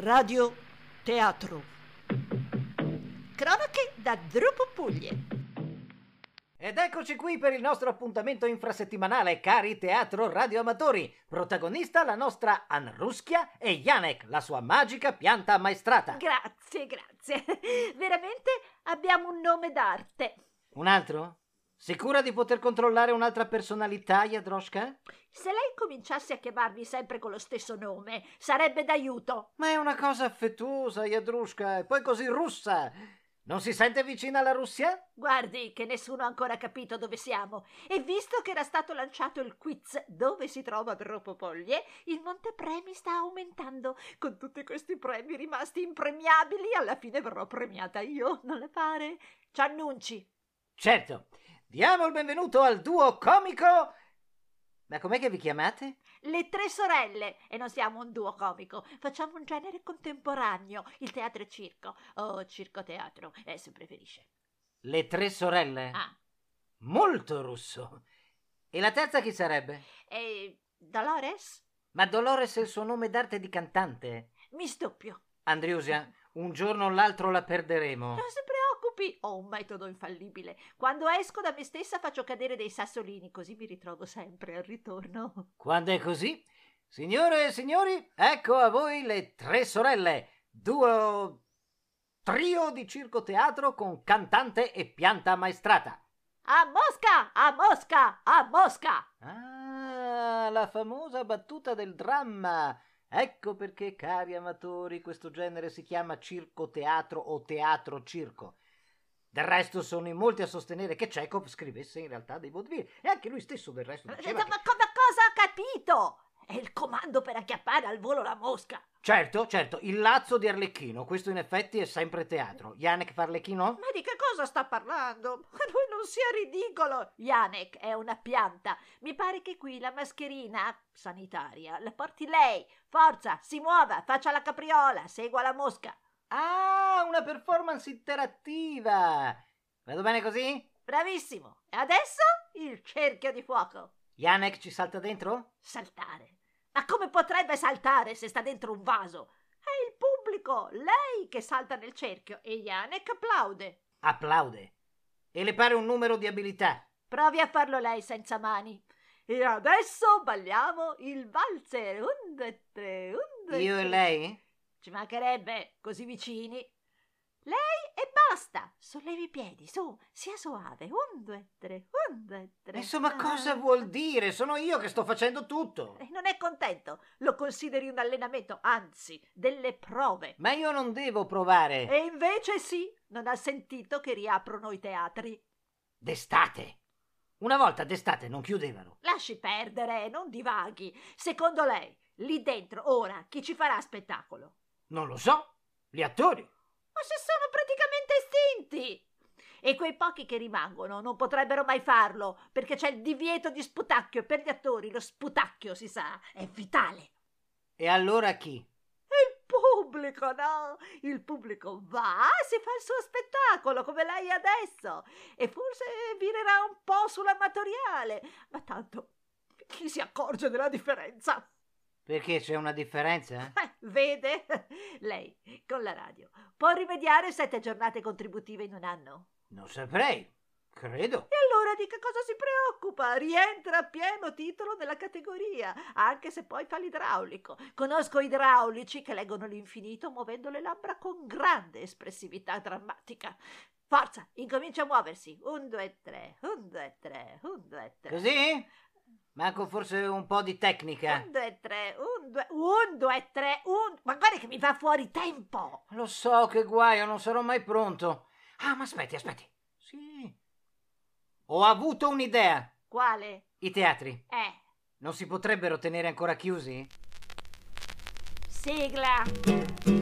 Radio Teatro. Cronache da Drupo Puglie. Ed eccoci qui per il nostro appuntamento infrasettimanale, cari teatro radioamatori. Protagonista la nostra Anruschia e Janek, la sua magica pianta ammaestrata. Grazie, grazie. Veramente abbiamo un nome d'arte. Un altro? Sicura di poter controllare un'altra personalità, Jadroshka? Se lei cominciasse a chiamarmi sempre con lo stesso nome, sarebbe d'aiuto. Ma è una cosa affettuosa, Jadrushka, e poi così russa. Non si sente vicina alla Russia? Guardi che nessuno ha ancora capito dove siamo. E visto che era stato lanciato il quiz dove si trova Dropopoglie, il montepremi sta aumentando. Con tutti questi premi rimasti impremiabili, alla fine verrò premiata io, non le pare? Ci annunci. Certo. Diamo il benvenuto al duo comico... Ma com'è che vi chiamate? Le tre sorelle, e non siamo un duo comico, facciamo un genere contemporaneo, il teatro e circo, o circo teatro, eh, se preferisce. Le tre sorelle? Ah, Molto russo. E la terza chi sarebbe? e Dolores? Ma Dolores è il suo nome d'arte di cantante. Mi stuppio. Andriusia, un giorno o l'altro la perderemo. Non si preoccupi, ho un metodo infallibile. Quando esco da me stessa faccio cadere dei sassolini, così mi ritrovo sempre al ritorno. Quando è così, signore e signori, ecco a voi le tre sorelle, duo trio di circo teatro con cantante e pianta maestrata. A Mosca! A Mosca! A Mosca! Ah, la famosa battuta del dramma. Ecco perché, cari amatori, questo genere si chiama circo teatro o teatro circo. Del resto sono in molti a sostenere che Chekhov scrivesse in realtà dei vaudeville e anche lui stesso del resto Ma ma diceva che... cosa ha capito? È il comando per acchiappare al volo la mosca. Certo, certo, il lazzo di Arlecchino, questo in effetti è sempre teatro. Yannick Farlecchino? Ma di che cosa sta parlando? Ma lui non sia ridicolo! Janek è una pianta. Mi pare che qui la mascherina sanitaria la porti lei. Forza, si muova, faccia la capriola, segua la mosca. Ah, una performance interattiva! Vado bene così? Bravissimo. E adesso il cerchio di fuoco. Yannick ci salta dentro? Saltare. Ma come potrebbe saltare se sta dentro un vaso? È il pubblico, lei che salta nel cerchio e Janek applaude. Applaude. E le pare un numero di abilità. Provi a farlo lei senza mani. E adesso balliamo il valzer. Un, due, tre, un, due, Io e tre. lei? Ci mancherebbe, così vicini. Lei e basta. Sollevi i piedi, su, sia soave. Un, due, tre, un, due, tre. Ah. Insomma, cosa vuol dire? Sono io che sto facendo tutto. E Non è contento. Lo consideri un allenamento, anzi, delle prove. Ma io non devo provare. E invece sì, non ha sentito che riaprono i teatri. D'estate. Una volta d'estate non chiudevano. Lasci perdere, non divaghi. Secondo lei, lì dentro, ora, chi ci farà spettacolo? Non lo so. Gli attori. Ma se sono praticamente estinti! E quei pochi che rimangono non potrebbero mai farlo, perché c'è il divieto di sputacchio e per gli attori lo sputacchio, si sa, è vitale. E allora chi? E il pubblico, no? Il pubblico va e si fa il suo spettacolo, come lei adesso, e forse virerà un po' sull'amatoriale, ma tanto chi si accorge della differenza? Perché c'è una differenza? Eh, Vede? Lei, con la radio, può rimediare sette giornate contributive in un anno. Non saprei. Credo. E allora di che cosa si preoccupa? Rientra a pieno titolo nella categoria, anche se poi fa l'idraulico. Conosco idraulici che leggono l'infinito muovendo le labbra con grande espressività drammatica. Forza, incomincia a muoversi. Un, due, tre, un, due, tre, un, due, tre. Così? Manco forse un po' di tecnica. Un, due, tre, un, due, un, due, tre, un... Ma guarda che mi va fuori tempo! Lo so che guaio, non sarò mai pronto. Ah, ma aspetti, aspetti. Sì. Ho avuto un'idea. Quale? I teatri Eh, non si potrebbero tenere ancora chiusi? sigla!